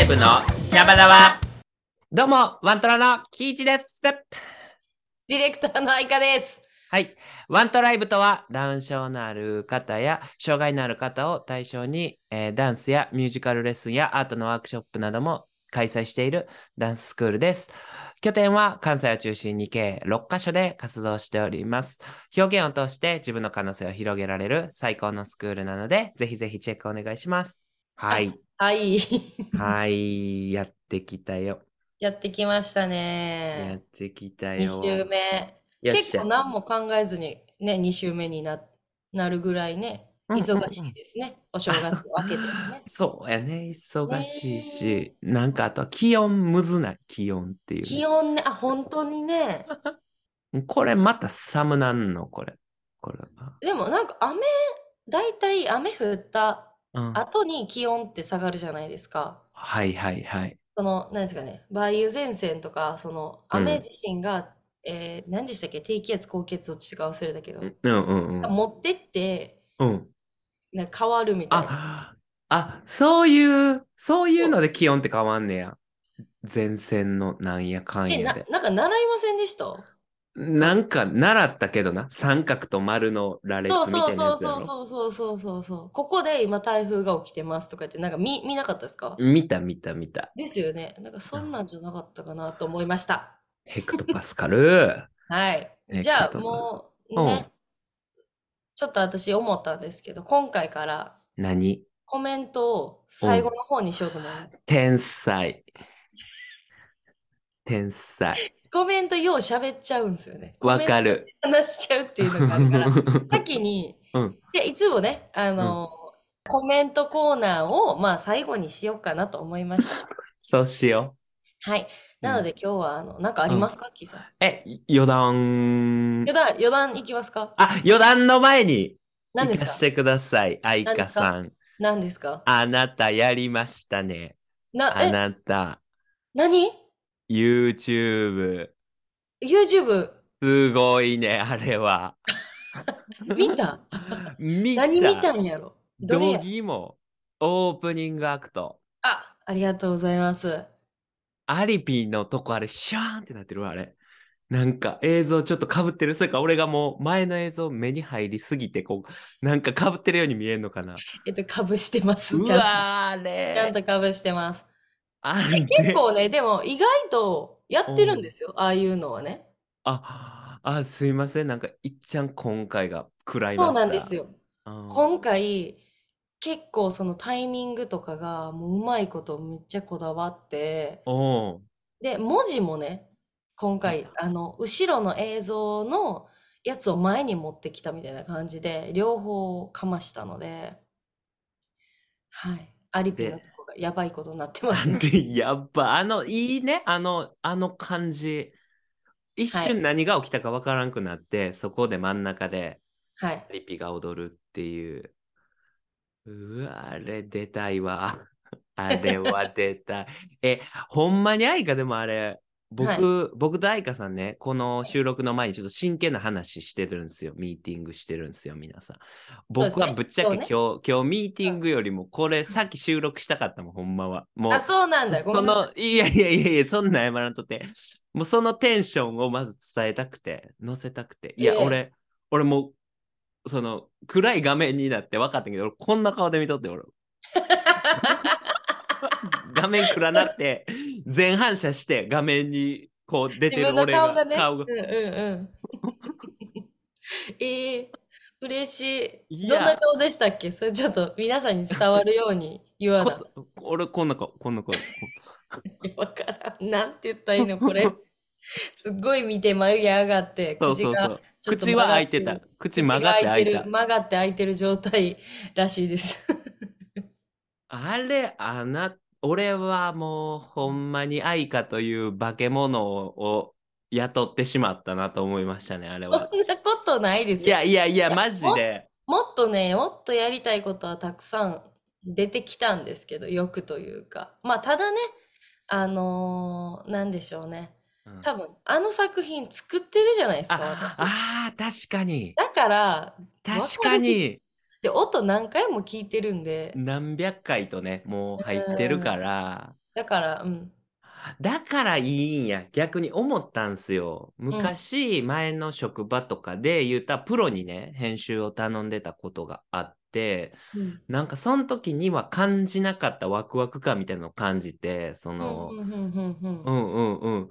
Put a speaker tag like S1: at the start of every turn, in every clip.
S1: イブのシャバダワ。どうも、ワントラのキイチです。
S2: ディレクターの愛花です。
S1: はい。ワントライブとは、ダウン症のある方や、障害のある方を対象に、えーダンスやミュージカルレッスンやアートのワークショップなども開催しているダンススクールです。拠点は関西を中心に計6カ所で活動しております。表現を通して自分の可能性を広げられる最高のスクールなので、ぜひぜひチェックお願いします。はい。
S2: はい。
S1: はい、やってきたよ。
S2: やってきました
S1: やっ
S2: ね。
S1: てきた
S2: 2
S1: よ。
S2: 週目。
S1: よっし
S2: 結
S1: ゃ
S2: 構。何も考えずにね、2週目にな、なるぐらいね、
S1: うんうんうん
S2: 忙しいですね。お正月を明けてもね。
S1: そうやね、忙しいし、なんかあとは気温むずない、気温っていうね、
S2: 気温ね、あ、本当にね。
S1: これまた寒なんの、これ。これは。
S2: でもなんか雨、大体雨降った
S1: うん、
S2: 後に気温って下がるじゃないですか。
S1: はいはいはい。
S2: その、何ですかね、梅雨前線とか、その
S1: うん
S2: 雨自身が、えー何でしたっけ、低気圧、高気圧どっちか忘れたけど、
S1: うんうんうん。
S2: 持ってって、
S1: うん、
S2: なんか変わるみたいな。
S1: ああそういう、そういうので気温って変わんねや。前線のなんやかん
S2: え、
S1: や
S2: な
S1: で。
S2: なんか習いませんでした
S1: なんか習ったけどな、三角と丸の羅列
S2: そう
S1: み
S2: そ
S1: た
S2: う
S1: いなや
S2: そう
S1: つや
S2: そ
S1: ろ
S2: う。そうそうそうそうそう。ここで今台風が起きてますとか言って、なんか見、見なかったですか
S1: 見た見た見た。
S2: ですよね。なんかそんなんじゃなかったかなと思いました。
S1: ヘクトパスカル。
S2: はい。
S1: え
S2: じ
S1: こ
S2: ゃあ
S1: とが
S2: も
S1: う
S2: うんね、ちょっと私思ったんですけど、今回から
S1: 何
S2: コメントを最後の方にしようと思います。
S1: 天才。天 才。
S2: コメントよう喋っちゃうんですよね。
S1: わかる。
S2: コメント話しちゃうっていうのがあるから。先に、
S1: うん
S2: でいつもね、あのコメントコーナーを、まあ、最後にしようかなと思い ました。
S1: そうしよ
S2: はい。なので今日は、あの、なんかありますか、キーさん。
S1: う。え、余談
S2: 余。談、余談いきますか
S1: あ、余談の前に、
S2: 何で
S1: 行かし
S2: すか
S1: てください。愛花さん。
S2: 何ですか
S1: あなたやりましたね。
S2: な、
S1: あ
S2: え、
S1: なた、
S2: 何
S1: YouTube。
S2: ?YouTube
S1: すごいね、あれは。
S2: 見た
S1: 見た。
S2: 何見たんやろどれ
S1: ド
S2: や
S1: ギも、オープニングアクト。
S2: あ、ありがとうございます。
S1: アリピーのとこあれ、シャーンってなってるわ、あれ。なんか映像ちょっとかぶってる。それか俺がもう前の映像目に入りすぎて、こう、なんかかぶってるように見えんのかな。
S2: えっと、かぶしてます。
S1: う
S2: ちゃん
S1: わー、あ
S2: と。ちゃ
S1: れ。
S2: んとかぶしてます。
S1: あれ。
S2: 結構ね、でも意外とやってるんですよ。ああいうのはね。
S1: あ、あ、すいません。なんか、いっちゃん今回が食らいま
S2: そう
S1: した。
S2: なんですよ。
S1: うん。
S2: 今回結構そのタイミングとかがもううまいことめっちゃこだわって
S1: おう
S2: で文字もね今回
S1: なん
S2: あの後ろの映像のやつを前に持ってきたみたいな感じで両方かましたのではいアリピのとこがやばいことになってま
S1: あ
S2: すね
S1: れやっぱ、あの、いいね。あの、あの感じ。一
S2: は
S1: 瞬何が起きたかわからんくなって、そこで真ん中で。
S2: はい
S1: リピが踊るっていう。うわ、あれ出たい わ。あれは出たい。え、ほんまに愛花でもあれ、僕、僕と愛花さんね、この収録の前にちょっと真剣な話してるんですよ。ミーティングしてるんですよ、皆さん。僕はぶっちゃけ
S2: そう
S1: 今
S2: で
S1: 日、今日ミーティングよりもこれさっき収録したかったもん、ほんまは。もう
S2: あ、そうなんだごめ
S1: そ
S2: んなさい
S1: の、いやいやいやいや、そんなん謝らんとって。もうそのテンションをまず伝えたくて、乗せたくて。いや、
S2: ええ
S1: 俺、俺もう、その、暗い画面になって分かったけど、俺こんな顔で見と って、俺。画面暗なって、全反射して、画面にこう出て
S2: 自
S1: る
S2: 分の
S1: 俺が、
S2: 顔がね
S1: 顔が
S2: うんう んうんええ嬉しい
S1: い
S2: ど
S1: や
S2: んな顔でしたっけそれちょっと皆さんに伝わるように言わな
S1: こ俺、こんな顔、こんな顔。
S2: わからんなんて言ったらいいの これすっごい見て眉毛上がって
S1: そうそうそう。
S2: ちょっと
S1: 口は開いて
S2: 曲
S1: た
S2: が。
S1: 口曲がって開い
S2: 口が
S1: た
S2: る。曲がって開いてる状態らしいです
S1: あれ、あな、俺はもうほんまに愛花という化け物を雇ってしまったなと思いましたね、あれ
S2: そん
S1: は。
S2: なことないです
S1: い
S2: よ
S1: やいやいや、マジで。
S2: もっとねもっとやりたいことはたくさん出てきたんですけど欲というかまあただねあのー、なんでしょうね
S1: うん
S2: 多分あの作品作ってるじゃないですか
S1: あ、
S2: 私
S1: あー確かに。
S2: だから
S1: 確かに。
S2: で音何回も聞いてるんで
S1: 何百回とね、もう入ってるから。
S2: だから、うん。
S1: だからいいんや。逆に思ったんすよ。
S2: うん。
S1: 昔、前の職場とかで言ったらプロにね、編集を頼んでたことがあって、
S2: うん。
S1: なんかその時には感じなかったワクワク感みたいなのを感じて、そ
S2: うん
S1: の、
S2: うんうんうんうん。
S1: うんうんうん。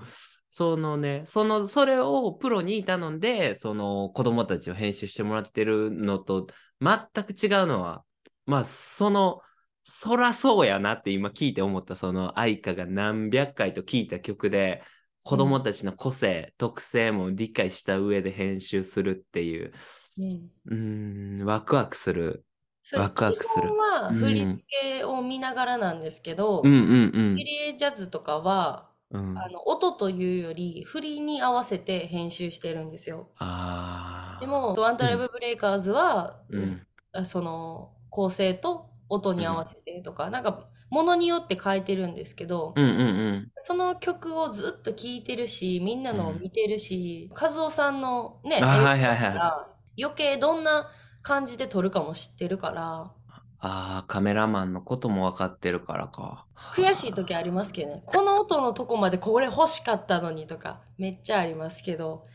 S1: そのね、その、それをプロに頼んで、その子供たちを編集してもらってるのと全く違うのは、まあ、その、そらそうやなって今聞いて思った、その愛花が何百回と聞いた曲で、子
S2: う
S1: 供
S2: ん
S1: たちの個性、特性も理解した上で編集するっていう、
S2: うん
S1: うーん、ワクワクする。
S2: それ
S1: ワ
S2: 基
S1: クワクす
S2: 本
S1: る。
S2: は
S1: う
S2: 振り
S1: ん。
S2: 付けを見ながらなんですけ
S1: うん
S2: ど、
S1: うん
S2: フリージャズとかは、
S1: うん。う
S2: あ
S1: ん。
S2: の音というより振りに合わせて編集してるんですよ。で
S1: あ
S2: も、ワン
S1: あ。
S2: ト
S1: う
S2: ライ
S1: ん。
S2: ブブレイカーズは、
S1: うん。
S2: うその構成と音
S1: う
S2: に合わ
S1: ん。
S2: せてとか、なんか、ものによって変えてるんですけど、
S1: うんうんうん。
S2: その曲をずっと聴いてるし、みんな
S1: う
S2: のを
S1: ん。
S2: 見てるし、和夫さんのね、
S1: あ、
S2: 影
S1: はいは
S2: 響
S1: い
S2: だ
S1: は
S2: か
S1: い。
S2: ら、余計どんな感じで撮るかも知ってるから、
S1: ああ、カメラマンのことも分かってるからか。
S2: 悔しい時ありますけどね、この音のとこまでこれ欲しかったのにとか、めっちゃありますけど、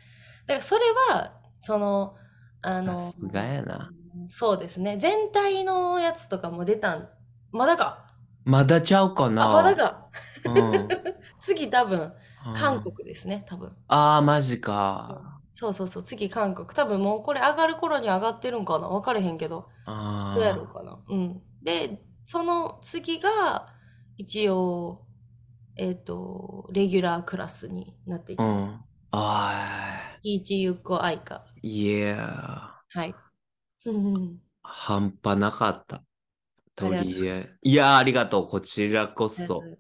S2: だからそれは、その、あ
S1: さ
S2: の、
S1: すがやな。
S2: そうですね、全体のやつとかも出たん、まだか。
S1: まだちゃうか
S2: あ、まだ
S1: な。
S2: か。
S1: うん。うん。
S2: 次多分、韓
S1: あ
S2: 国ですね、多分。
S1: あ、マジ
S2: うん
S1: か。
S2: そうそうそう、次韓国。多分もうこれ上がる頃に上がってるんかな分かれへんけど。どうやろう
S1: あ
S2: かな。うん。で、その次が、一応、えっと、レギュラークラスになってい
S1: あ、う
S2: きます。
S1: ん。ああ、
S2: イーチユコアイカ。
S1: いや、
S2: はい。うんうん
S1: 半端なかった。
S2: あ
S1: と
S2: りがとう
S1: りあえず。いやー、ありがとう。こちらこ
S2: ございま
S1: そ。
S2: す。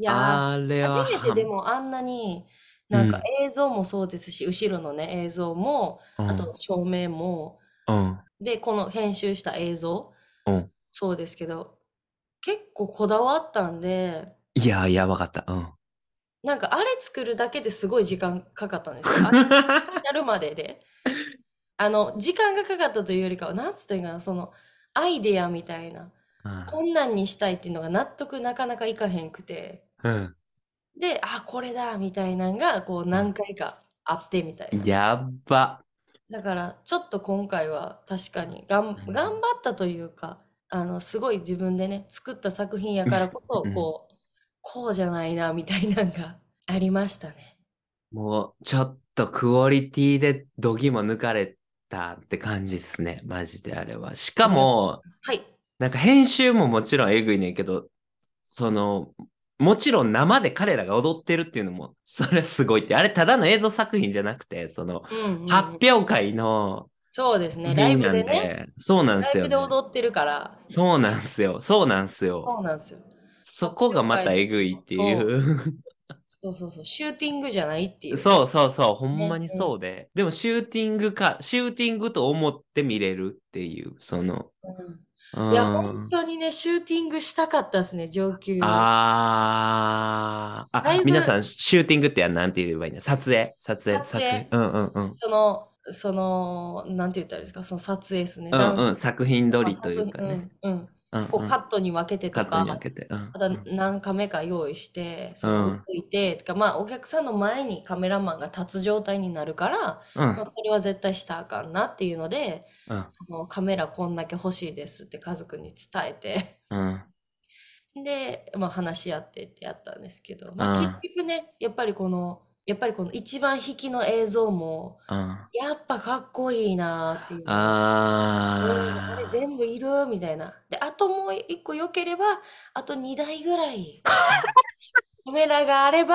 S2: いやー、
S1: あれ
S2: 初
S1: は
S2: めてで
S1: 半、
S2: もあんなに、
S1: う
S2: なんか
S1: ん、
S2: 映像もそうですし、後ろのね、映像も、
S1: う
S2: あ
S1: ん、
S2: と照明も、
S1: うん、
S2: で、この編集した映像、
S1: うん。
S2: そうですけど、結構こだわったんで、
S1: いやー、やばかった。うん。
S2: なんかあれ作るだけですごい時間かかった んですよ。あれやるまでで。あの、時間がかかったというよりかは、なんつってんかな、その、アイデアみたいな、
S1: うん、
S2: こんなんにしたいっていうのが納得なかなかいかへんくて、
S1: うん、
S2: で、あ、これだ、みたいなんが、こう、
S1: う
S2: 何
S1: ん。
S2: 回かあって、みたいな。
S1: やっば。
S2: だから、ちょっと今回は確かにがん、
S1: う
S2: 頑
S1: ん。
S2: 張ったというか、あの、すごい自分でね、作った作品や
S1: う
S2: から
S1: ん。
S2: こそ、
S1: うん。
S2: こう、こうじゃないな、みたいなんがありましたね。
S1: もうちょっとクオリティで度肝抜かれたって感じですね。マジであれは。しか
S2: いや、
S1: も、
S2: はい。
S1: なんか編集ももちろんえぐいねんけど、その、もちろん生で彼らが踊ってるっていうのも、それはすごいって。あれただの映像作品じゃなくて、その、
S2: うんうん
S1: 発
S2: うん。
S1: 表会の
S2: そうですね、ライ
S1: 日
S2: ブ
S1: な
S2: で
S1: ん
S2: ね、
S1: で、そうなんで
S2: ラ
S1: す
S2: イ
S1: よ
S2: ブで
S1: ね。
S2: 踊ってるから、
S1: そうなんすよ。そうなんすよ。
S2: そうなんですよ。
S1: そ
S2: 発
S1: こが
S2: 表
S1: ま
S2: 会
S1: た
S2: の、
S1: えぐいってい。
S2: そうう、そうそうそう、シューティングじゃないっていうね。
S1: そうそうそう、ほん
S2: ね、
S1: まに
S2: うん、
S1: そうで。でもシューティングか、シューティングと思って見れるっていう、その、
S2: うん。
S1: う
S2: いや、本
S1: ん。
S2: 当にね、シューティングしたかったですね、上級の。
S1: あー。
S2: だ
S1: あ、
S2: いぶ
S1: 皆さん、シューティングってやなんて言えばいいの撮影、撮影、
S2: 撮
S1: 作品。
S2: 影、
S1: うんうんうん。
S2: その、その、なんて言ったらいいですか、その撮影ですね、
S1: うん
S2: ダンス
S1: うん、作品撮
S2: まあ
S1: りと
S2: 作
S1: いう
S2: 品、
S1: か
S2: う
S1: ね。
S2: ん、うん。
S1: うん
S2: こ
S1: う
S2: う、カ
S1: ん。
S2: ットに分けて
S1: カ
S2: と
S1: ット
S2: か、
S1: に分けて。うん
S2: あと
S1: うん
S2: 何カメか用意して、
S1: う
S2: その
S1: ん。
S2: 浮いて、とか、まあ、お客さんの前にカメラマンが立つ状態になるから、
S1: う
S2: まあ、
S1: ん
S2: それは絶対したらあかんなっていうので、
S1: うん。
S2: あのカメラこんだけ欲しいですって家族に伝えて、
S1: うん。
S2: で、まあ、話し合ってってやったんですけど、
S1: う
S2: まあ、結
S1: ん。
S2: 局ね、やっぱりこの、やっぱりこの一番引きの映像も、
S1: うん
S2: やっぱかっこいいなっていうのが。うん、あれ
S1: あ
S2: 全部いるみたいな。で、あともう一個良ければ、あと2台ぐら い、カメラがあれば、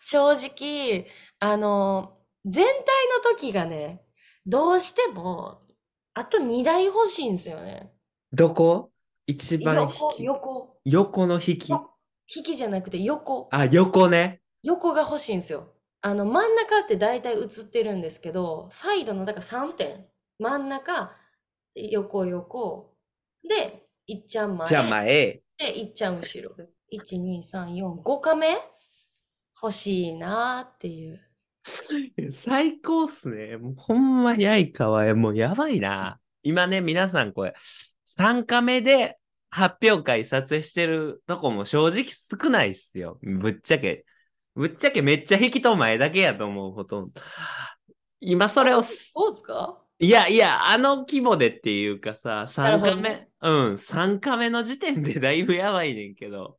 S2: 正直、あの、全体の時がね、どうしても、あと2台欲しいんですよね。
S1: ー。どこ一番引
S2: 横、
S1: き。
S2: 横。
S1: 横の引き。
S2: 引きじゃなくて横。
S1: あ、横ね。
S2: 横が欲しいんですよ。あの、真ん中って大体映ってるんですけど、サイドの、だから3点。真ん中、横横。で、いっちゃん
S1: じゃあ
S2: 前。
S1: 前。
S2: で、いっちゃん後ろ。1、2、3、4、5カメ欲しいなーっていう。
S1: 最高っすね。もうほんまやいかわい。もうやばいな。今ね、皆さんこれ、3カ目で発表会撮影してるとこも正直少ないっすよ。ぶっちゃけ。ぶっちゃけめっちゃ引きと前だけやと思う、ほとんど。今それをす、
S2: そうですか
S1: いやいや、あの規模でっていうかさ、
S2: な
S1: 3
S2: るほど
S1: カ目、うん、3カ目の時点でだいぶやばいねんけど。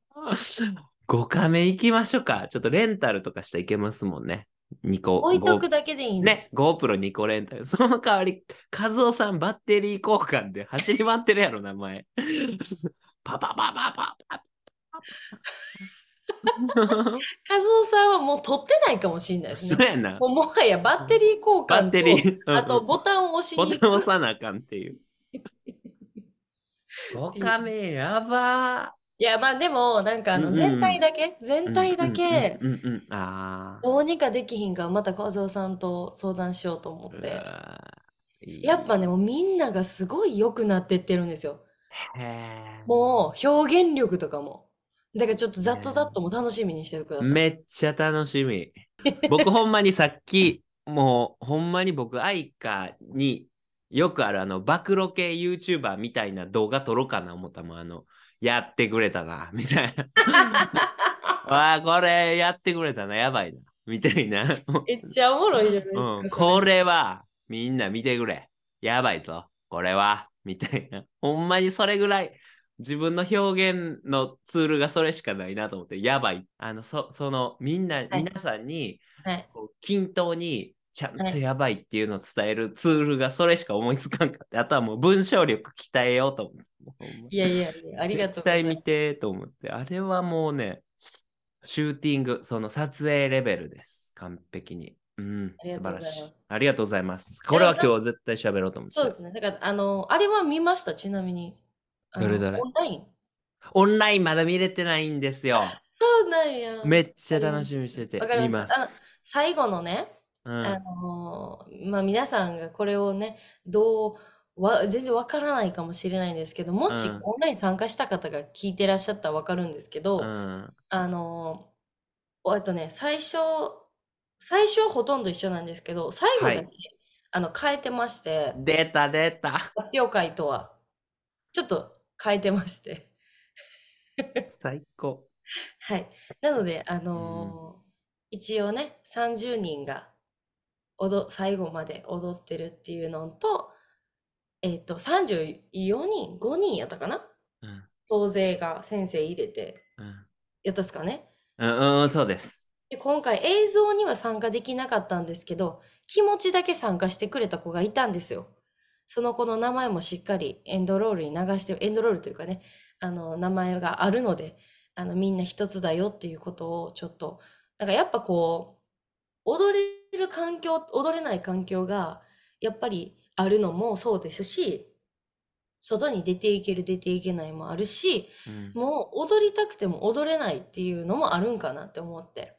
S1: 5カ目行きましょうか。ちょっとレンタルとかしたらいけますもんね。2個。
S2: 置いとくだけでいいんで
S1: ね
S2: す。、
S1: GoPro2 個レンタル。その代わり、和夫さんバッテリー交換で走り回ってるやろ、名前。 パパパパパパパ。
S2: 和夫さんはもう取ってないかもしれないです
S1: そ
S2: ね。
S1: うやな。
S2: もうもはやバッテリー交換と
S1: バッテリー。
S2: あとボタンを押し
S1: ボ
S2: に行
S1: タン
S2: く
S1: 押さなあかんって いう。5カ目やば
S2: いやまあでもなんかあ
S1: うん
S2: の
S1: うん
S2: 全体だけ、
S1: ー。
S2: 全体だけ
S1: うんうんうんうんうん。ああ。
S2: どうにかできひんかまた和夫さんと相談しようと思っ
S1: う
S2: て
S1: わーいい
S2: やっぱねもうみんながすごい良くなってってるんですよ
S1: へー
S2: もう表現力とかもだからちょっとざっとざっとも楽しみにしてください、
S1: めっちゃ楽しみ。僕ほんまにさっき、もうほんまに僕、アイカによくあるあの、暴露系 YouTuber みたいな動画撮ろうかな思ったもん、あの、やってくれたな、 みたい な。わあ、これやってくれたな、やばいな、みたいな。
S2: めっちゃおもろいじゃないですか、
S1: うん、
S2: それ
S1: これはみんな見てくれ。やばいぞ、これは。みたいな。ほんまにそれぐらい自分の表現のツールがそれしかないなと思って、やばい。あの、そそのみんな、
S2: い
S1: 皆さんに
S2: はい
S1: こう均等にちゃん
S2: は
S1: と
S2: い
S1: やばいっていうのを伝えるツールがそれしか思いつかんかって、あとはもう文章力鍛えようと思って。ほんま
S2: いやいやいやありが
S1: 絶
S2: とうござ
S1: 対
S2: います
S1: 見てと思って。あれはもうね、シューティング、その撮影レベルです。完璧に。うん、
S2: あり
S1: 素
S2: が
S1: 晴ら
S2: とうございま
S1: し
S2: す
S1: い。ありがとうございます。これは今日絶対喋ろうと思って
S2: そう
S1: た
S2: で。すねだからあのあれは見ましたちなみにあの
S1: どれどれ
S2: オンライン
S1: オンラインまだ見れてないんですよ。
S2: そうなんや
S1: めっちゃ楽しみにしてて
S2: わか、
S1: 見
S2: りま
S1: ま
S2: した
S1: す。
S2: 最後のね
S1: うん、
S2: あのーまあ、皆さんがこれをねどうわ全然わからないかもしれないんですけどもし
S1: うん
S2: オンライン参加した方が聞いてらっしゃったらわかるんですけど、
S1: うん、
S2: あのーえっとね最初最初はほとんど一緒なんですけど最後だけ、
S1: はい
S2: あの変えてまして
S1: 出た出た。
S2: 発表会とはちょっと変えてまして
S1: 最高。
S2: はいなのであのー一応ね30人が踊最後まで踊ってるっていうのとえっ、と34人5人やったかな
S1: うん、
S2: 総勢が先生入れて
S1: うん
S2: やったっすかね
S1: うん、うん、そうです。
S2: で今回映像には参加できなかったんですけど気持ちだけ参加してくれた子がいたんですよその子の名前もしっかりエンドロールに流してエンドロールというかねあの名前があるのであのみんな一つだよっていうことをちょっとなんかやっぱこう踊れる環境踊れない環境がやっぱりあるのもそうですし外に出ていける出ていけないもあるし
S1: うん
S2: もう踊りたくても踊れないっていうのもあるんかなって思って。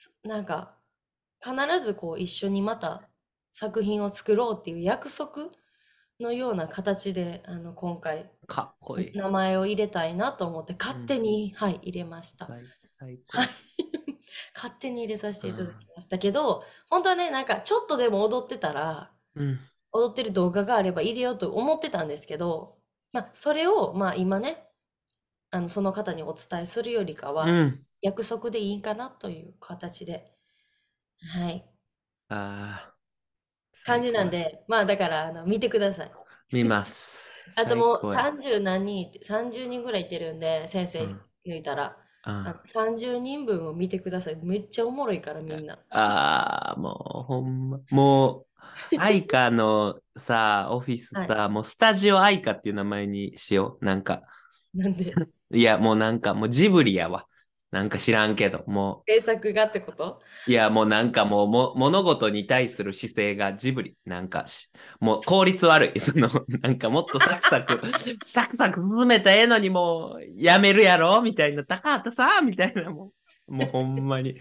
S2: すなんか、必ずこう一緒にまた作品を作ろうっていう約束のような形で、あの、今回
S1: かっこいい。
S2: 名前を入れたいなと思って勝手に、はい、入れました。
S1: 最最高
S2: はい。勝手に入れさせていただきましたけど、本当はね、なんかちょっとでも踊ってたら、
S1: うん、
S2: 踊ってる動画があれば入れようと思ってたんですけど、まあ、それを、まあ、今ねあのその方にお伝えするよりかは、
S1: うん。
S2: 約束でいいかなという形で、はい、
S1: ああ。
S2: 感じなん。でまあだからあの見てください
S1: 見ます。
S2: あともう
S1: 最高や
S2: 30何人いて30人ぐらいいてるんで先生
S1: うん
S2: 抜いたら、
S1: うん
S2: あの30人分を見てくださいめっちゃおもろいからみんな
S1: ああ、もうほんま。も う、アイカのさ、オフィスさ、もうスタジオアイカっていう名前にしよう。なんか、
S2: なんで
S1: いや、もうなんか、もうジブリやわ。なんか知らんけど、も
S2: 制作がってこと
S1: う、いや、もうなんかもうも、物事に対する姿勢がジブリ。なんかし、もう効率悪い。そ の、なんかもっとサクサ ク、サクサク進めたらええのにもう、やめるやろみたいな、高畑さんみたいな、もう、もうほんまに。
S2: い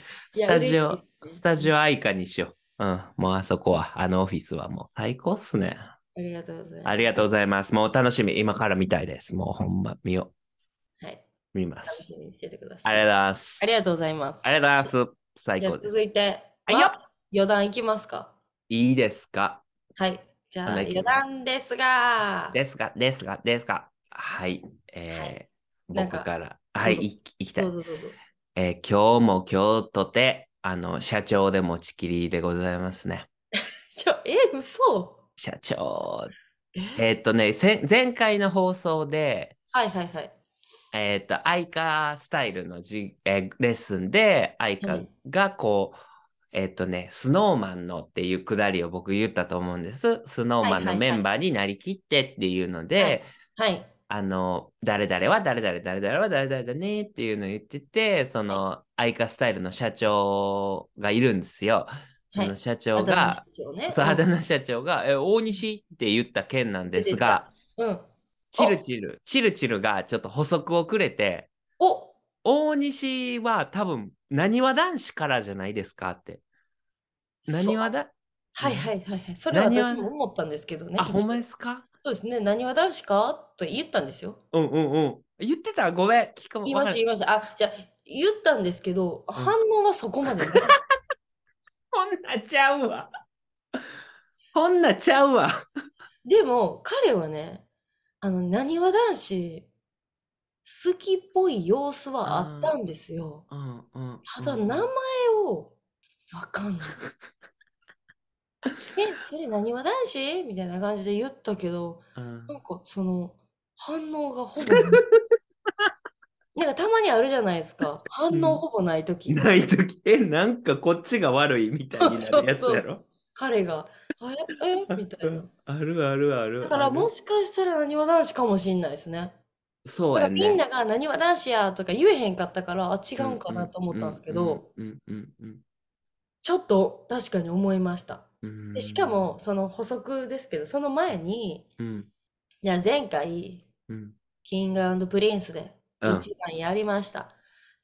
S1: ス
S2: や
S1: タジオ
S2: 嬉しいですね
S1: スタジオアイカにしよう。うん、もうあそこは、あのオフィスはもう最高っすね。
S2: ありがとうございま
S1: ありがとうございます。もう楽しみ、今から見たいです。もうほんま、見よ
S2: すはい、
S1: う。見ま
S2: 楽し
S1: す。
S2: みにしててくださ
S1: あ
S2: い
S1: りがとうございます。
S2: あり
S1: あ
S2: がとうございます。
S1: りがとうございます。最
S2: じゃあ
S1: 高です。
S2: 続いて、
S1: はいよ
S2: は余談いきますか。
S1: いいですか
S2: はい。じゃあ、
S1: お願いし
S2: 余
S1: ます
S2: 談ですが、
S1: ですかですかですかはい。えー
S2: なんか
S1: 僕から。はい、
S2: どうぞ
S1: いいきたい
S2: どう。ぞどうぞ。
S1: えー今日も今日とて、あの、社長で持ちきりでございますね。
S2: ちょ、え、嘘
S1: 社長。
S2: え
S1: えーっとね、せん前回の放送で、
S2: はいはいはい。
S1: えーっと、アイカスタイルのじ、えーレッスンで、アイカがこう、えーっとね、スノーマンのっていうくだりを僕言ったと思うんです。スノーマンの
S2: はいはい
S1: メ
S2: はい
S1: ンバーになりきってっていうので、
S2: はいはい。
S1: あの、誰々は誰々、誰々は誰々だねっていうのを言ってて、その、アイカスタイルの社長がいるんですよ。そ
S2: は
S1: の
S2: い
S1: 社長
S2: あ
S1: が、
S2: だ名社長ね
S1: そう、あだ名社長が、え、大西って言った件なんですが、
S2: うんうん。
S1: チルチル、チルチルがちょっと補足をくれて、
S2: お
S1: 大西は多分、なにわ男子からじゃないですかって。なにわ
S2: だ
S1: だ、
S2: はいはいはいはい。それは
S1: なにわ
S2: 私も思ったんですけどね。
S1: あ、ほんまですか
S2: そうですね。なにわ男子かと言ったんですよ。
S1: うんうんうん。言ってたごめん。聞か
S2: 言いま
S1: わかん
S2: した言いました。あ、じゃあ言ったんですけど、
S1: ん
S2: 反応はそ こまでない。
S1: ほんなちゃうわ。 ほんなちゃうわ。
S2: でも彼はね、あの、なにわ男子、好きっぽい様子はあったんですよ。
S1: うんうん
S2: ただ
S1: う
S2: 名
S1: ん
S2: 前をわかんない。 え、それなにわ男子みたいな感じで言ったけど、
S1: うん
S2: なんかその反応がほぼ ないなんかたまにあるじゃないですか。反
S1: うん
S2: 応ほぼない時
S1: ないとき、え、なんかこっちが悪いみたいになるやつ
S2: そうそ
S1: や
S2: うそ
S1: ろ。
S2: 彼が、あええみたいな。
S1: あるあるある。
S2: だから
S1: ある
S2: もしかしたらなにわ男子かもしんないですね。
S1: そうやね。
S2: みんながなにわ男子やとか言えへんかったから、あ、違うんかなと思ったんですけど、
S1: うんうんうん
S2: ちょっと確かに思いました。
S1: うん。
S2: でしかも、その補足ですけど、その前に、
S1: うん、
S2: いや、前回、
S1: うん、
S2: キングプリンスで
S1: うん
S2: 一番やりました。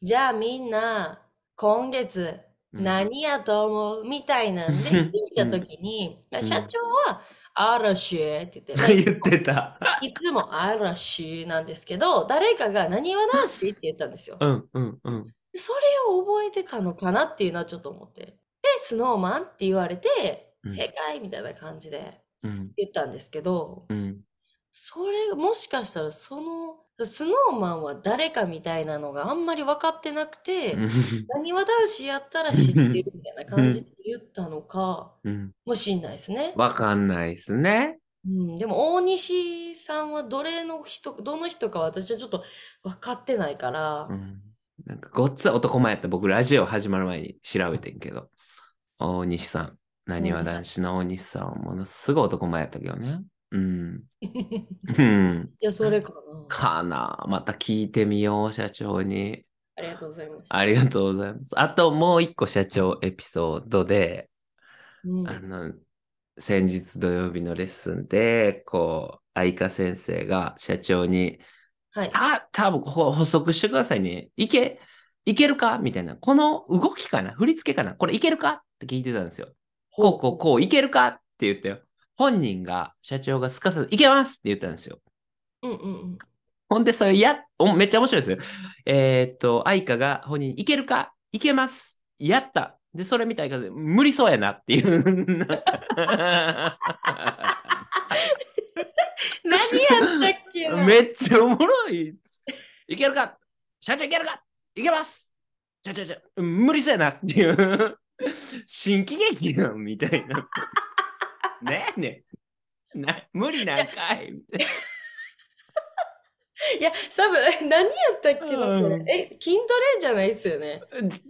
S2: じゃあみんな、今月、
S1: うん
S2: 何やと思うみたいなん で聞いたときに、まあ
S1: うん
S2: 社長は嵐って言って、 まあ、い
S1: 言ってた。
S2: いつも嵐なんですけど、誰かが何は男子って言ったんですよ。
S1: うんうんうん。
S2: それを覚えてたのかなっていうのはちょっと思って。で、スノーマンって言われて、
S1: うん
S2: 正解みたいな感じで
S1: うん
S2: 言ったんですけど、
S1: うん
S2: それがもしかしたらその、スノーマンは誰かみたいなのがあんまり分かってなくて、なにわ男子やったら知ってるみたいな感じで言ったの か
S1: うん。
S2: もしんないですね。
S1: わかんないですね。
S2: うん、でも大西さんはどれの人、どの人か私はちょっと分かってないから
S1: う、ん。なんかごっつ男前やった僕ラジオ始まる前に調べてんけど。大西さん。なにわ男子の大西さんはものすごい男前やったけどね。うん。うん。
S2: じゃあそれかな。
S1: かなまた聞いてみよう、社長に。
S2: ありがとうございました。
S1: ありがとうございます。あともう一個社長エピソードで、
S2: うん、
S1: あの、先日土曜日のレッスンで、こう、愛花先生が社長に、
S2: はい。
S1: あ、多分ほ補足してくださいね。いけ、いけるかみたいな。この動きかな振り付けかなこれいけるかって聞いてたんですよ。こうこうこう、いけるかって言って、本人が、社長がすかさず、いけますって言ったんですよ。
S2: うんうん うん。
S1: ほんで、それやっ、おめっちゃ面白いですよ。えーっと、愛花が本人に、いけるかいけますやったで、それ見たいから、無理そうやなっていう。なんか
S2: 何やったっけな
S1: めっちゃおもろい。いけるか社長いけるかいけますちょちょちょ、無理そうやなっていう。新喜劇やんみたいな。ねえねえな無理なんかいみたいない
S2: や、多分、 何やったっけな、それ
S1: う。ん
S2: え、筋トレじゃないっすよね。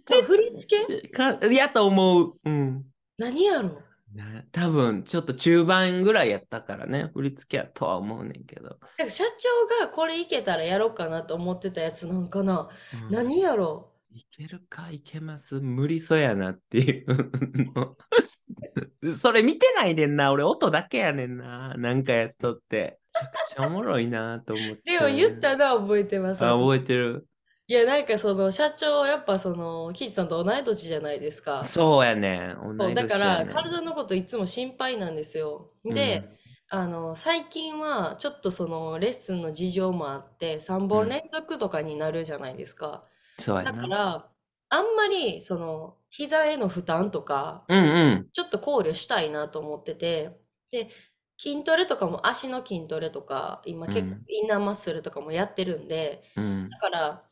S1: ちょ
S2: 振り付け
S1: かやと思う。うん。
S2: 何やろ
S1: な多分ちょっと中盤ぐらいやったからね振り付けやとは思うねんけど、
S2: なんか社長がこれいけたらやろうかなと思ってたやつなんかな。
S1: うん
S2: 何やろ
S1: いけるかいけます無理そうやなっていう それ見てないねんな俺音だけやねんななんかやっとってめちゃくちゃおもろいなと思って
S2: でも言ったのは覚えてます。
S1: あ覚えてる
S2: いや、なんかその社長、やっぱその、キチさんと同い年じゃないですか。
S1: そうやねん同
S2: そう
S1: い年やねん
S2: だから、体のこといつも心配なんですよ。で、、あの最近はちょっとそのレッスンの事情もあって3
S1: うん
S2: 本連続とかになるじゃないですか。
S1: うんそうや
S2: だ
S1: な
S2: からあんまりその膝への負担とか
S1: うんうん
S2: ちょっと考慮したいなと思っててで筋トレとかも足の筋トレとか、今結構
S1: うん
S2: インナーマッスルとかもやってるんで、
S1: うん。
S2: だから、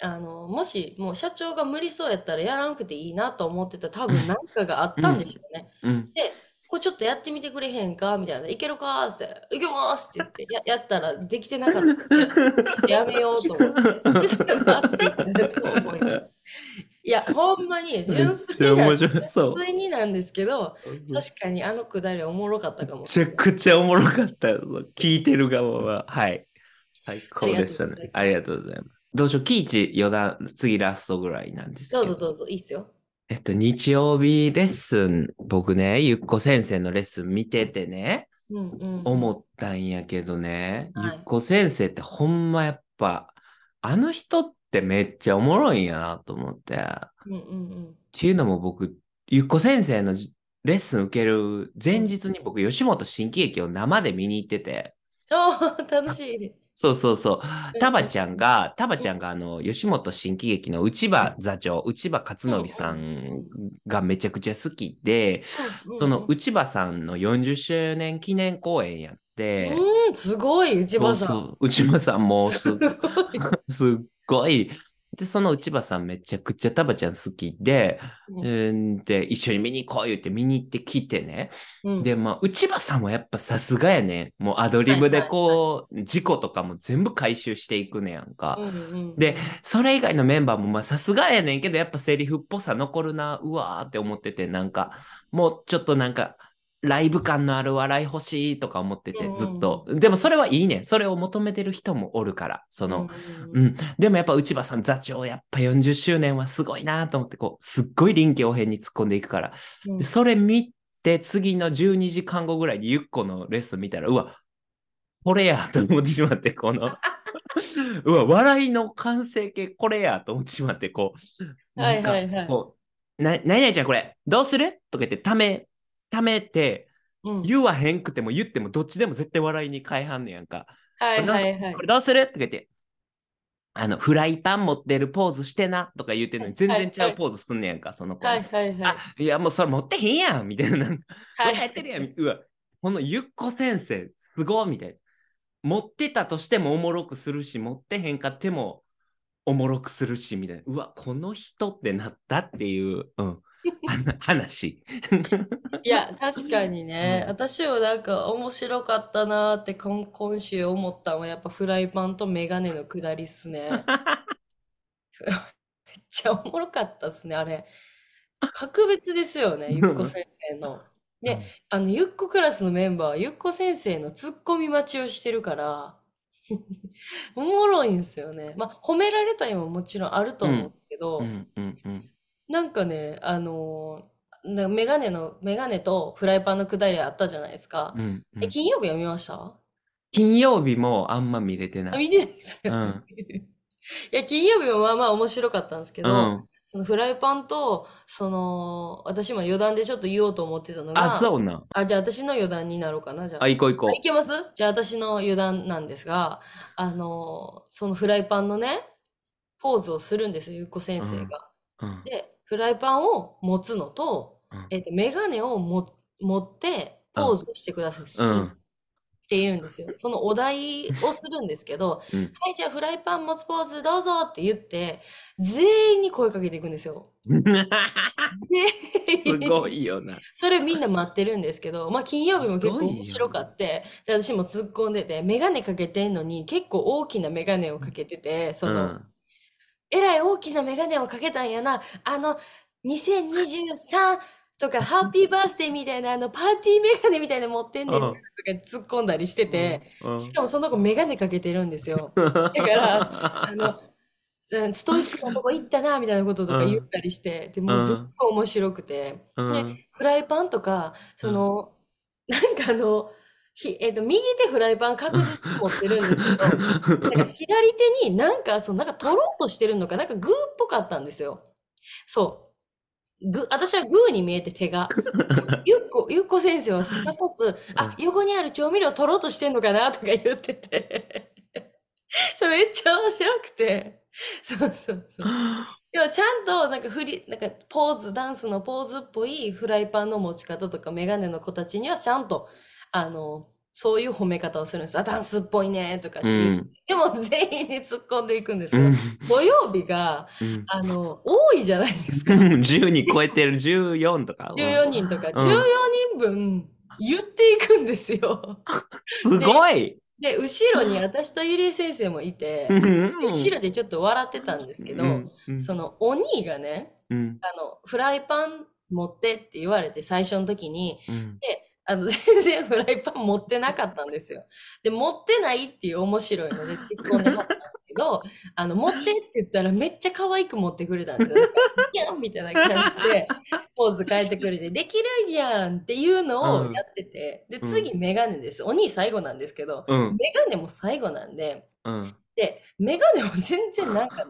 S2: あの、もしもう社長が無理そうやったらやらなくていいなと思ってた多分何かがあったんでしょうね。
S1: うん。
S2: これちょっとやってみてくれへんかみたいな。いけるかって言って、いけますって言って、や、やったらできてなかったんで。やめようと思 って。 でそれがあってと思います。いや、ほんまに純粋
S1: め
S2: な、
S1: っちゃ面白そう
S2: 純粋になんですけど、
S1: め
S2: 確かにあのくだりおもろかったかもし
S1: ち
S2: れ
S1: ゃ
S2: ない。
S1: くちゃおもろかったよ。聞いてる側は。はい。最高でしたね。ありがとうございます。どうしよう。キーチ余談、次ラストぐらいなんですけ
S2: ど
S1: ど。
S2: うぞどうぞ、いいっすよ。
S1: えっと、日曜日レッスン、僕ね、ゆっこ先生のレッスン見ててね、
S2: うんうん。
S1: 思ったんやけどね、
S2: はい
S1: ゆっこ先生ってほんまやっぱ、あの人ってめっちゃおもろいんやなと思って。
S2: うんうん
S1: っていうのも僕、ゆっこ先生のじレッスン受ける前日に僕、吉本新喜劇を生で見に行ってて、
S2: ああ、楽しいね。
S1: そうそうそう、タバちゃんが、タバちゃんがあの、吉本新喜劇の内場座長、内場勝則さんがめちゃくちゃ好きで、
S2: うんうん
S1: その内場さんの40周年記念公演やって、
S2: うん、すごい、内場さん。
S1: そうそう内場さんもうす
S2: すごい
S1: すっごい。で、その内場さんめちゃくちゃタバちゃん好きで、
S2: うん
S1: うん、で、一緒に見に行こう言って見に行ってきてね。
S2: うん
S1: で、まあ、内場さんはやっぱさすがやね。もうアドリブでこう、事故とかも全部回収していくねやんか。
S2: うんうん
S1: で、それ以外のメンバーもまあさすがやねんけど、やっぱセリフっぽさ残るな、うわーって思ってて、なんか、もうちょっとなんか、ライブ感のある笑い欲しいとか思ってて
S2: う、ん
S1: ずっと。でもそれはいいねん。それを求めてる人もおるから、その、
S2: う
S1: うんん。でもやっぱ内場さん座長、やっぱ40周年はすごいなと思って、こう、すっごい臨機応変に突っ込んでいくから。
S2: うん
S1: で、それ見て、次の12時間後ぐらいにゆっこのレッスン見たら、うわ、これやと思ってしまって、この、 うわ、笑いの完成形これやと思ってしまって、こう、なんか、
S2: はいはいはい
S1: こう、な、何々ちゃんこれ、どうするとか言って、ため、ためて、
S2: うん
S1: 言わへんくても言っても、どっちでも絶対笑いに変えはんねやんか。
S2: はいはいはい
S1: こ。れどうするって言って、あの、フライパン持ってるポーズしてなとか言うてんのに、全然
S2: はい
S1: 違
S2: は
S1: う
S2: い
S1: ポーズすんねやんか、その子。
S2: はいはいはい。
S1: あ、いや、もうそれ持ってへんやんみたいな。なんか
S2: はい
S1: やってるやん。うわ、このゆっこ先生、すごいみたいな。持ってたとしてもおもろくするし、持ってへんかってもおもろくするし、みたいな。うわ、この人ってなったっていう、うん、話 話。
S2: いや、確かにね、
S1: うん
S2: 私はなんか面白かったなーって今、今週思ったのはやっぱフライパンとメガネのくだりっすね。 めっちゃおもろかったっすね、あれ。格別ですよね、ゆっこ先生の。ねあの、ゆっこクラスのメンバーはゆっこ先生のツッコミ待ちをしてるから、 おもろいんすよね。まあ、褒められたりももちろんあると思うけど、
S1: うん、うん、うん。
S2: なんかね、あのーなメガネの、メガネとフライパンのくだりあったじゃないですか
S1: う。ん、う
S2: え、
S1: ん。
S2: 金曜日は見ました
S1: 金曜日もあんま見れて
S2: あ、
S1: ない。
S2: 見てないです
S1: う
S2: よ。
S1: ん。
S2: いや、金曜日もまあまあ面白かったんですけ
S1: う
S2: ど、
S1: ん。
S2: そのフライパンと、その、私も余談でちょっと言おうと思ってたの
S1: あ、
S2: が、
S1: そうなん。
S2: あ、じゃあ私の余談になろうかな、じゃあ。
S1: あ、行こう行こ
S2: あ
S1: う
S2: い。けますじゃあ私の余談なんですが、あのーそのフライパンのね、ポーズをするんですよ、ゆっこ先生が。
S1: うん
S2: で、フライパンを持つのと、
S1: うん
S2: えっと、メガネをも持ってポーズをしてくださ
S1: う
S2: い。好きっ
S1: ん
S2: て言うんですよ。そのお題をするんですけど、
S1: うん
S2: はい、じゃあフライパン持つポーズどうぞって言って、全員に声かけていくんですよ。
S1: す ごいよな。
S2: それみんな待ってるんですけど、まあ金曜日も結
S1: す
S2: 構
S1: ごいよ
S2: 面白かって、で私も突っ込んでて、メガネかけてんのに結構大きなメガネをかけてて、その、えらい大きなメガネをかけたんやな。あの、2023とか、ハ ッピーバースデーみたいな、あの、パーティーメガネみたいなの持ってんねんな
S1: うん
S2: とか突っ込んだりしてて、
S1: うん、うん
S2: しかもその子メガネかけてるんで すよ。だからあの、うんストイックなとこ行ったな、みたいなこととか言ったりして、でもうずっと面白くて。
S1: うん
S2: で、フライパンとか、その、なんかあの、ひえっと、右手フライパン確実に持ってるんですけど、 なんか左手になんか、そのなんか取ろうとしてるのか、なんかグーっぽかったんですよ。そう。グー私はグーに見えて手が。ゆっこ、ゆっこ先生はすかさず、あ、横にある調味料取ろうとしてんのかなとか言ってて。 それめっちゃ面白くて。そうそうそう。でもちゃんとなんか振り、なんかポーズ、ダンスのポーズっぽいフライパンの持ち方とかメガネの子たちにはちゃんと、あの、そういう褒め方をするんです。あ、ダンスっぽいね、とかって
S1: う
S2: 言って
S1: ん。
S2: でも全員に突っ込んでいくんですけ
S1: う
S2: ど、
S1: ん。
S2: 土曜日が、
S1: うん
S2: あの、多いじゃないですか。
S1: 10人超えてる14とか。うん
S2: 14人とか、
S1: ん
S2: 14人分言っていくんですよ。
S1: すごい
S2: で、後ろに私とゆりえ先生もいて、後ろでちょっと笑ってたんですけど、そ
S1: の、
S2: のお兄がね、
S1: うん
S2: あの、フライパン持ってって言われて最初の時に、
S1: うん
S2: あの、全然フライパン持ってなかったんですよ。で、持ってないっていう面白いので突っ込んでもらったんですけど、あの、持ってって言ったらめっちゃ可愛く持ってくれたんですよ。ギャンみたいな感じで、ポーズ変えてくれて、できるやんっていうのをやってて、で、
S1: うん
S2: 次メガネです。お兄最後なんですけど、
S1: うん
S2: メガネも最後なんで、
S1: うん
S2: で、メガネも全然なんか、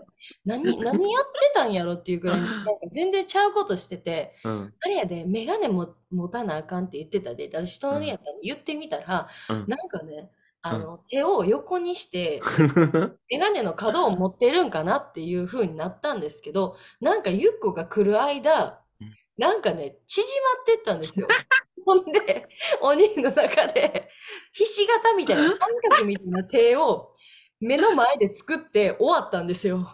S2: 何、何やってたんやろっていうぐらい、なんか全然ちゃうことしてて、
S1: うん
S2: あれやで、メガネも持たなあかんって言ってたで、私人のやったら言ってみたら、
S1: うん
S2: なんかね、あの、手を横にして、メガネの角を持ってるんかなっていう風になったんですけど、なんかゆっこが来る間
S1: うん、
S2: なんかね、縮まってったん ですよ。ほんで、お兄の中で、ひし形みたいな、三角みたいな手を目の前で作って終わったんですよ。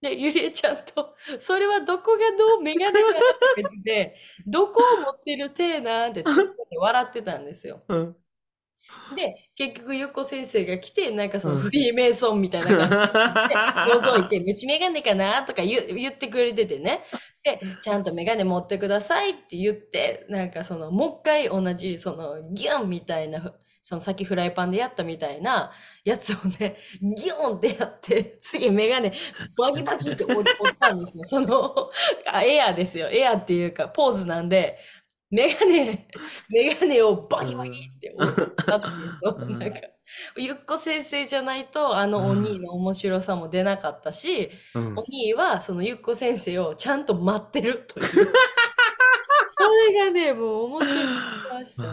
S2: で、ゆりえちゃんと、それはどこがどうメガネかなって言って、どこを持ってる手なんて突っ込んで笑ってたんですよ。
S1: うん
S2: で、結局ゆっこ先生が来て、なんかその
S1: うん
S2: フリーメイソンみたいな感じで覗いて、虫眼鏡かなとか言う言ってくれててね。で、ちゃんと眼鏡持ってくださいって言って、なんかその、もう一回同じ、その、ギュンみたいなふ、そのさっきフライパンでやったみたいなやつをね、ギュンってやって、次眼鏡バキバキって折折ったんですよ。その、あエアーですよ。エアーっていうか、ポーズなんで、眼鏡、眼鏡をバキバキって折ったっていうと、
S1: うん
S2: なんか、ゆっこ先生じゃないと、あのお兄の面白さも出なかったし、
S1: うん
S2: お兄はそのゆっこ先生をちゃんと待ってる という。 それがね、もう面白いましたね。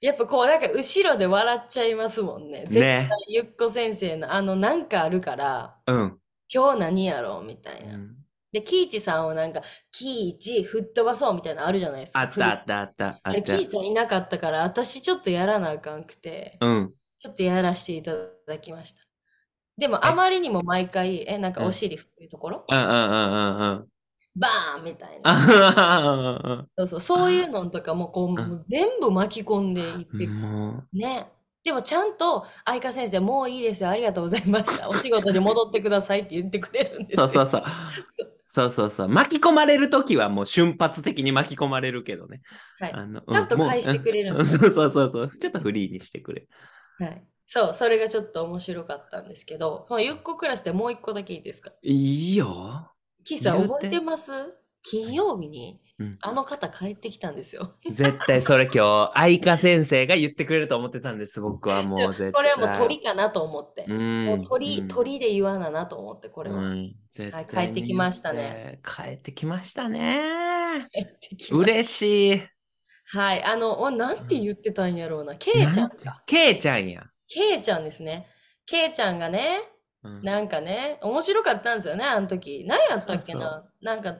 S2: やっぱこう、なんか後ろで笑っちゃいますもんね。絶
S1: ね
S2: 対ゆっこ先生のあのなんかあるから、
S1: うん
S2: 今日何やろうみたいうな。
S1: ん
S2: で、キイチさんをなんか、キイチ吹っ飛ばそうみたいなのあるじゃないですか。
S1: あったあったあったあ
S2: で
S1: っ
S2: キ
S1: た
S2: イチさんいなかったから、私ちょっとやらなあかんくて。
S1: うん
S2: ちょっとやらせていただきました。でも、あまりにも毎回、え、なんか
S1: うん
S2: お尻拭くところ、
S1: うんうんうんうんうん
S2: バーンみたい
S1: あ
S2: な。
S1: は
S2: そうそう、そういうのとかも、こう、もう全部巻き込んでいっ
S1: は
S2: て、
S1: も
S2: ね。でも、ちゃんと、愛花先生、もういいですよ、ありがとうございま した。お仕事に戻ってくださいって言ってくれるんで
S1: う
S2: す
S1: そ
S2: よ。
S1: うそうそうそうそうそう巻き込まれる時はもう瞬発的に巻き込まれるけどね
S2: はい
S1: あのう
S2: ちゃんと
S1: もう
S2: 返してくれる
S1: う
S2: んで
S1: ん
S2: す
S1: そ
S2: よ
S1: うそうそうそうちょっとフリーにしてくれ
S2: はい。そう、それがちょっと面白かったんですけど、まあゆっこクラスでもう一個だけいいですか
S1: いいよ
S2: キイさん、
S1: 言うて
S2: 覚えてます金曜日に
S1: うん、
S2: あの方帰ってきたんですよ。
S1: 絶対それ今日、愛花先生が言ってくれると思ってたんです、僕はもう絶対。
S2: これはもう鳥かなと思って。
S1: うん。
S2: もう鳥、
S1: うん、
S2: 鳥で言わななと思って、これは。
S1: うん絶対に
S2: はい帰ってきましたね
S1: 言って。帰ってきましたね。
S2: 帰ってきます
S1: 嬉しい。
S2: はい。あの、おなんて言ってたんやろうな。ケイちゃんか。
S1: ケイちゃんや。
S2: ケイちゃんですね。ケイちゃんがね、
S1: うん
S2: なんかね、面白かったんですよね、あの時。何やったっけな。なんか、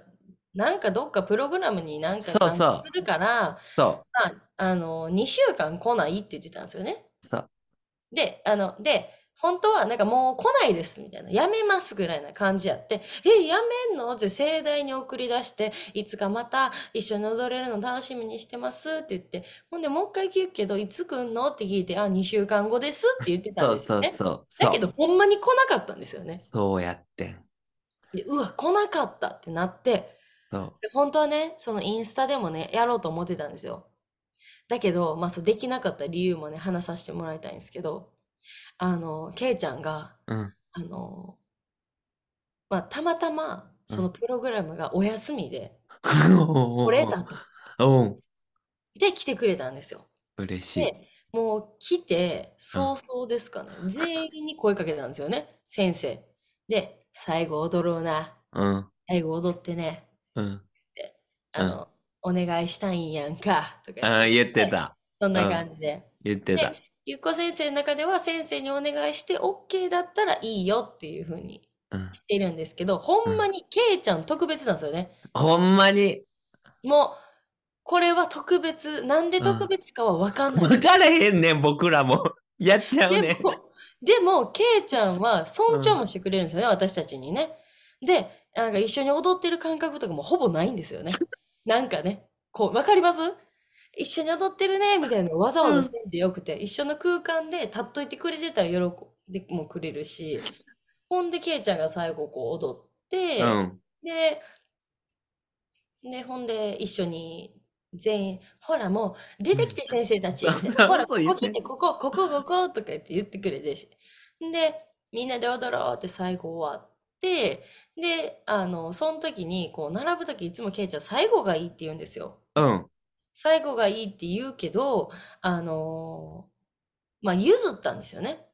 S2: なんかどっかプログラムになんか
S1: そうそう
S2: 参加するから、
S1: そ
S2: まあ、あの、2週間来ないって言ってたんですよね。
S1: う。そう。
S2: で、あの、で、本当はなんかもう来ないですみたいな、やめますぐらいな感じやって、え、やめんのって盛大に送り出して、いつかまた一緒に踊れるの楽しみにしてますって言って、ほんでもう一回聞くけど、いつ来んのって聞いて、あ、2週間後ですって言ってた
S1: そ
S2: ん
S1: う
S2: です
S1: そ
S2: よ
S1: う
S2: ね。
S1: そう。
S2: だけど、ほんまに来なかったんですよね。
S1: そうやってん。
S2: で、うわ、来なかったってなって、
S1: そ
S2: で本当はね、そのインスタでもね、やろうと思ってたんですよ。だけど、まあ、そうできなかった理由もね、話させてもらいたいんですけど、あの、ケイちゃんが、
S1: う。うん。
S2: あの、まあ、たまたま、その
S1: うん
S2: プログラムがお休みで、
S1: こ
S2: 取れたと。
S1: うん。
S2: で、来てくれたんですよ。
S1: 嬉しい。
S2: で、もう来て、早々ですかね。全員に声かけたんですよね、先生。で、最後踊ろうな。
S1: うん。
S2: 最後踊ってね。
S1: うん。
S2: あの、お願いしたいんやんか。とか言って、
S1: あ言ってた。
S2: そんな感じで。
S1: 言ってた
S2: で。ゆっこ先生の中では先生にお願いして OK だったらいいよっていうふうに
S1: うん
S2: してるんですけど、ほんまにケイちゃん特別なんですよね。
S1: ほんまに。
S2: もこれは特別、なんで特別かは分かんない。
S1: 分からへんねん、僕らも。 やっちゃう
S2: で
S1: ね。
S2: も、でも、ケイちゃんは尊重もしてくれるんですよね、私たちにね。で、なんか一緒に踊ってる感覚とかもほぼないんで すよね。なんかね、こう、わかります一緒に踊ってるね、みたいなのわざわざせんでよくて、一緒の空間で立っといてくれてたら喜んでもくれるし、ほんで、ケイちゃんが最後こう踊って、
S1: うん。
S2: で、で、ほんで、一緒に、全員、ほらもう、出てきて先生たち、
S1: うん
S2: みたいな
S1: そう
S2: ほら、
S1: そ
S2: こ
S1: う
S2: こ来
S1: 言って
S2: て、ここ、ここ、ここ、とか言って言ってくれてし、で、みんなで踊ろうって最後終わって、で、あの、その時に、こう、並ぶ時いつもケイちゃん、最後がいいって言うんですよ。
S1: うん。
S2: 最後がいいって言うけど、あのーまあ、譲ったんですよね。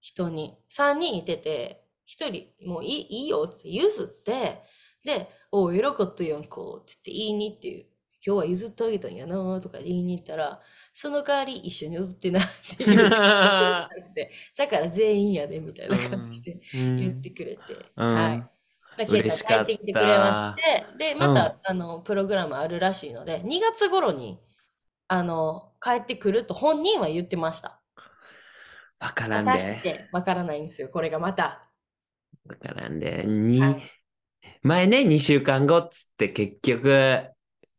S2: 人に。3人いてて、1人、もういいいいよって譲って、で、おう、偉かったやんか、って言って言いに行っていう。今日は譲ってあげたんやなとか言いに行ったら、その代わり一緒に踊ってなっていう で。だから全員やで、みたいな感じで言ってくれて。
S1: うん
S2: はい。まあ、ケイちゃ
S1: 嬉しかった
S2: ん帰ってきてくれまして、で、また、あの、プログラムあるらしいので、2月頃に、あの、帰ってくると本人は言ってました。
S1: わから
S2: 果
S1: ん
S2: たし
S1: で。
S2: て、わからないんですよ、これがまた。
S1: わからんで。に、
S2: はい
S1: 前ね、2週間後っつって結局、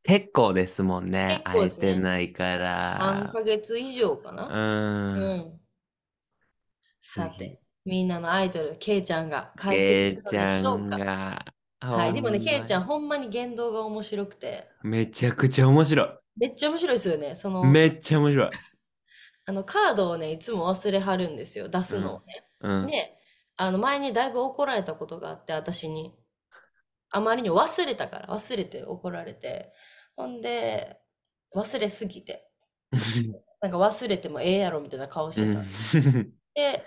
S1: 結構ですもんね。
S2: 結構
S1: 会
S2: で
S1: え
S2: すね
S1: てないか
S2: 3
S1: ら。
S2: ヶ月以上か
S1: う。
S2: な。うんさて、みんなのアイドル、ケイちゃんが帰っ
S1: け
S2: て
S1: い
S2: くるの
S1: ち
S2: で
S1: ゃ
S2: しょうんか。
S1: が。
S2: はい、でもね、ケイちゃ
S1: ん。
S2: ん、ほんまに言動が面白くて、
S1: めちゃくちゃ面白
S2: めっちゃ面白いですよね。その
S1: い。、めっちゃ面白い。
S2: あの、カードをね、いつも忘れはるんですよ、出すのをね。
S1: うん。
S2: で、あの前にだいぶ怒られたことがあって、私に。あまりに忘れたから、忘れて怒られて。ほんで、忘れすぎて。なんか忘れてもええやろみたいな顔してた。で、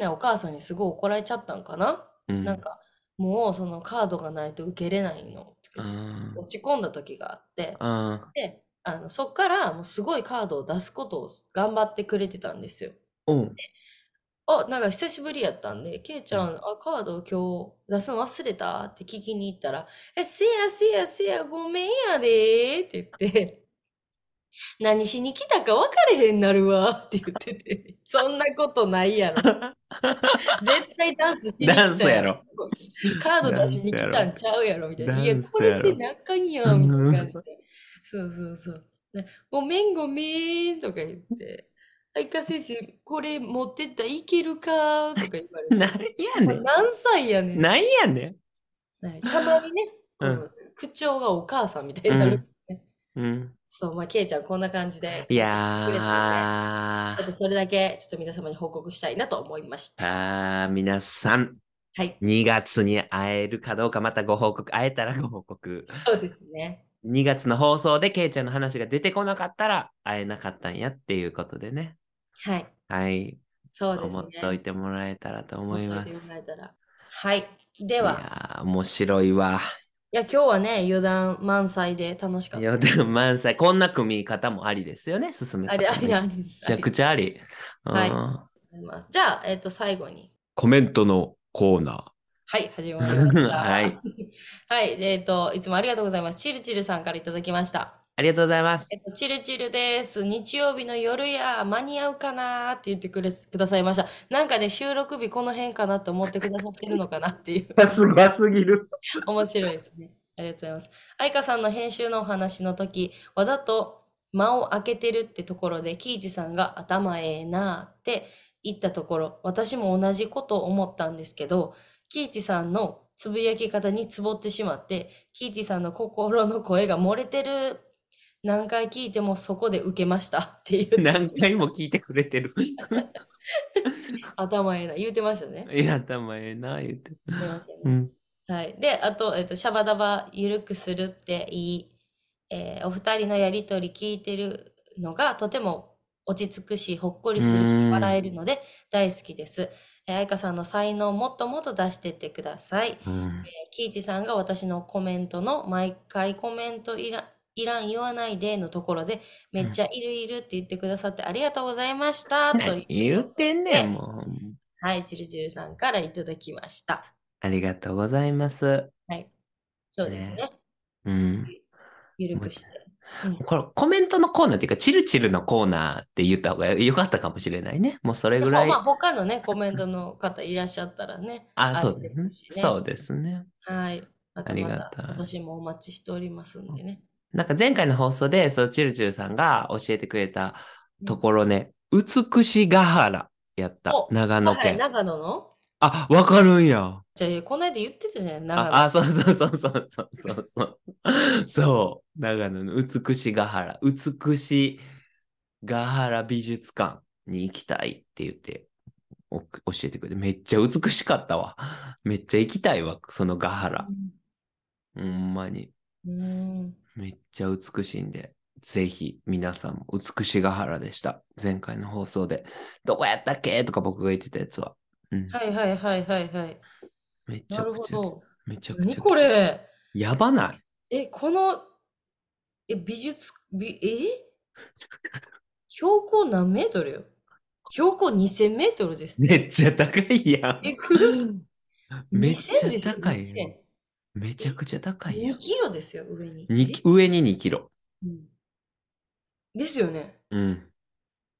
S2: ね、お母さんにすごい怒られちゃったんかな、
S1: うん
S2: なんか、もうそのカードがないと受けれないの。とか言って
S1: うん
S2: 落ち込んだ時があって。
S1: うん。
S2: で、あのそっからもうすごいカードを出すことを頑張ってくれてたんですよ。
S1: うん。
S2: あ、なんか久しぶりやったんで、ケイちゃん、あ、カード今日出すの忘れたって聞きに行ったら、え、せやせやせや、ごめんやでーって言って、何しに来たか分かれへんなるわーって言ってて、そんなことないやろ。絶対ダンスしに来た
S1: ダンスやろ。
S2: カード出しに来たんちゃうやろみたいな。いや、
S1: ダンス
S2: こ
S1: や
S2: れ
S1: ろ
S2: で仲いいやんみたいな感じで。そうそうそう。ねごめんごめんとか言って。あいか先生、これ持ってったらいけるかとか言われて。
S1: なんやね
S2: 何歳やね
S1: ん。
S2: ん。
S1: なんやね
S2: はいたまにね、こ
S1: うん
S2: う口調がお母さんみたいになる。
S1: ん。うん。
S2: そう、まあ、ケイちゃんこんな感じで。
S1: い
S2: くれてる
S1: や
S2: ちょ
S1: ー
S2: っと。それだけ、ちょっと皆様に報告したいなと思いました。
S1: さあ、皆さん、
S2: はい、
S1: 2月に会えるかどうか、またご報告、会えたらご報告。
S2: そうですね。
S1: 2月の放送でケイちゃんの話が出てこなかったら、会えなかったんやっていうことでね。
S2: はい、
S1: はい。
S2: そうですね。
S1: 思っといてもらえたらと思いま
S2: 覚えても
S1: す。
S2: らえたらはい。で
S1: い
S2: は、
S1: やー、面白いわ。
S2: いや、今日はね、余談満載で楽しかった
S1: 余
S2: です。
S1: 談満載。こんな組み方もありですよね、進め
S2: あ
S1: 方
S2: れ、あれ、
S1: ね。
S2: あれで
S1: め
S2: す。
S1: ち
S2: あ
S1: ゃ
S2: り
S1: く
S2: がと
S1: ちゃあり。
S2: はい
S1: うん
S2: うございます。じゃあ、えっと、最後に。
S1: コメントのコーナ
S2: はい、始まりまし
S1: ー。
S2: た。
S1: はい。。
S2: はい、えっと、いつもありがとうございます。チルチルさんからいただきました。
S1: ありがとうございます
S2: え。っと、チルチルです。日曜日の夜や、間に合うかなーって言ってくれくださいました。なんかね、収録日この辺かなって思ってくださってるのかなっていう。
S1: すごすぎる。
S2: 面白いですね。ありがとうございます。愛花さんの編集のお話の時、わざと間を空けてるってところで、喜一さんが頭ええなーって言ったところ、私も同じこと思ったんですけど、喜一さんのつぶやき方につぼってしまって、喜一さんの心の声が漏れてる。何回聞いてもそこで受けましたっていう
S1: 何回も聞いてくれてる。
S2: 頭ええな言うてましたね。
S1: いや、頭ええな、言って。
S2: 言ってましたね
S1: うん。
S2: はい。で、あと、えっと、シャバダバゆるくするっていい、えーお二人のやりとり聞いてるのがとても落ち着くし、ほっこりする
S1: うー
S2: し、
S1: ん
S2: 笑えるので大好きです。えー、愛花さんの才能をもっともっと出してってください。
S1: うん
S2: キイチさんが私のコメントの毎回コメントいらいらん言わないでのところでめっちゃいるいるって言ってくださってありがとうございましたと
S1: 何言ってんねん、
S2: ね
S1: もう。
S2: はい、ちるちるさんからいただきました。
S1: ありがとうございます。
S2: そうですね。
S1: うん。
S2: ゆるくして。うん
S1: これコメントのコーナーっていうか、チルチルのコーナーって言った方がよかったかもしれないね。もうそれぐらい。
S2: まあ、他のね、コメントの方いらっしゃったらね。
S1: あ、そうで
S2: れ
S1: す
S2: で
S1: ね。
S2: すしね
S1: そうですね。
S2: はい。また
S1: あり
S2: ま
S1: が
S2: た
S1: たい
S2: 今年もお待ちしておりますんでね。
S1: なんか前回の放送で、そう、チルチルさんが教えてくれたところね、美しが原やった
S2: お。
S1: 長
S2: は
S1: 野
S2: い、
S1: 県。
S2: 長野の
S1: あ、わかるんや。
S2: じゃあ、この間言ってたじゃない、長野。
S1: あ、あそうそうそうそうそうそうそう。 そう。長野の美しが原、美しが原美術館に行きたいって言って、お教えてくれて、めっちゃ美しかったわ。めっちゃ行きたいわ、そのが原。ほんまに。
S2: うんうん。
S1: めっちゃ美しいんで、ぜひ皆さんも美しが原でした。前回の放送で、どこやったっけとか僕が言ってたやつは。うん、
S2: はいはいはいはいはい。
S1: めち
S2: な
S1: ゃ
S2: る
S1: く
S2: ほ
S1: ちゃ、
S2: ど。
S1: めちゃく
S2: 何
S1: ちゃ。
S2: これ
S1: やばない。
S2: え、この、え、美術、美、え標高何メートルよ標高2000メートルです。
S1: めっちゃ高いやん。
S2: え、くる
S1: めっちゃ
S2: 2000ですよ
S1: 高いよ
S2: 2000
S1: めちゃくちゃ高いや
S2: 2
S1: ん。
S2: キロですよ、上に。
S1: に上に2キロ。
S2: えうんですよね。
S1: うん。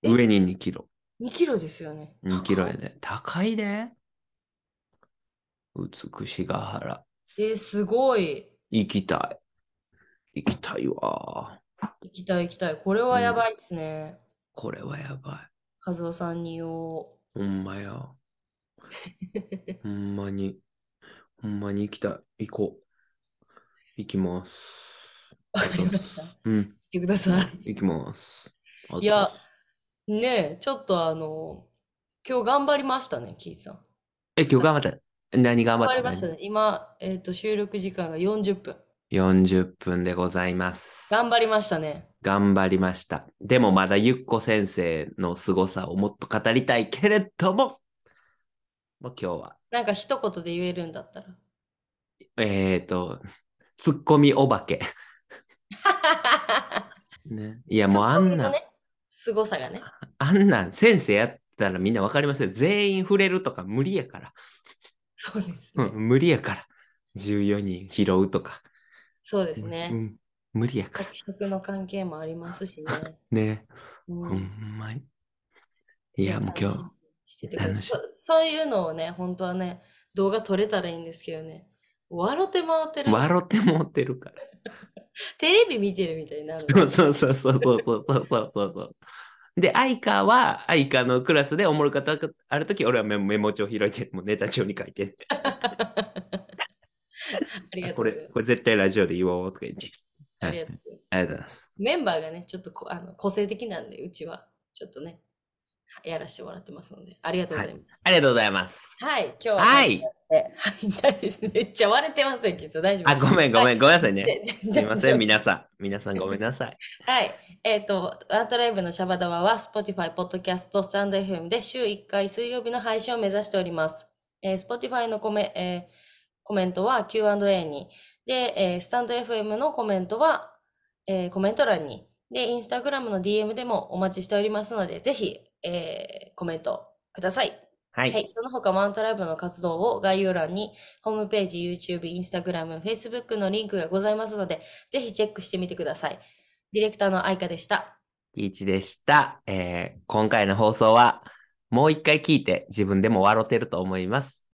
S2: え
S1: 上に2キロ。
S2: 2キロですよね。
S1: 2キロや
S2: 高っ
S1: で。高いで。美しが原。
S2: えーすごい。
S1: 行きたい。行きたいわ。
S2: 行きたい行きたい。これはやばいですね。
S1: これはやば
S2: 和夫さんに言おう。
S1: い。ほんま や。ほんまに。ほんまに行きたい。行こう。行きます。
S2: わかりました。言っ
S1: うん。
S2: てください。
S1: 行きます。
S2: いやねえ、ちょっとあの、今日頑張りましたね、キーさん。
S1: え、今日頑張った。何頑張
S2: 頑
S1: っ
S2: 張
S1: た
S2: りましたね。今、えっと、収録時間が40分。
S1: 40分でございます。
S2: 頑張りましたね。
S1: 頑張りました。でもまだゆっこ先生の凄さをもっと語りたいけれども、もう今日は、
S2: なんか一言で言えるんだったら。
S1: えっ、ー、と、ツッコミお化け。ね、いや もうあんな
S2: ツッコミの
S1: ん、
S2: ね凄さがね。
S1: あんなん先生やったらみんなわかりますよ。全員触れるとか無理やから。
S2: そうです
S1: う
S2: ね。
S1: ん、無理やから。14人拾うとか。
S2: そうですね。
S1: うん、無理やから
S2: 学。食の関係もありますしね。
S1: ね、
S2: う
S1: ほんまに。いやもう今日、
S2: 日楽
S1: 楽し
S2: しみにしててくださいそそういうのをね、本当はね、動画撮れたらいいんですけどね。笑って回ってるんです
S1: 笑ってもってるから。
S2: テレビ見てるみたいになる。
S1: そうそうそうそうそうそうそうそうそうで、愛花は、愛花のクラスでおもろかったあるとき、俺はメモメモ帳開いて、もうネタ帳に書いてる。
S2: ありがとう
S1: こ
S2: ござ
S1: れ、
S2: います。
S1: これ絶対ラジオで言おうとか言って。
S2: あ
S1: は
S2: りが
S1: い
S2: とうございます
S1: ありがとうございます。
S2: メンバーがね、ちょっとこあの個性的なんで、うちはちょっとね、やらせてもらってますので、ありがとうございま
S1: ありがとうございます。
S2: す。はい、今日は。
S1: はい。
S2: はい。 めっちゃ割れてますよ、きっと大丈夫。
S1: あ、ごめん、ご
S2: は
S1: め
S2: い。
S1: ん、ごめんなさいね。 す
S2: す
S1: いません、皆さん。皆さんごめんなさい。
S2: はい。えっ、と、アートライブのシャバダバは Spotify、Podcast、スタンド FM で週1回水曜日の配信を目指しております。えー Spotify のコメ,、えーコメントは Q&A に。で、えースタンド FM のコメントは、えーコメント欄に。で、Instagram の DM でもお待ちしておりますので、ぜひ、えーコメントください。
S1: は。
S2: はいい、その他マウントライブの活動を概要欄にホームページ、YouTube、Instagram、Facebook のリンクがございますので、ぜひチェックしてみてください。ディレクターの愛花でした。
S1: いいちでした。えー今回の放送は、もう一回聞いて、自分でも笑ってると思います。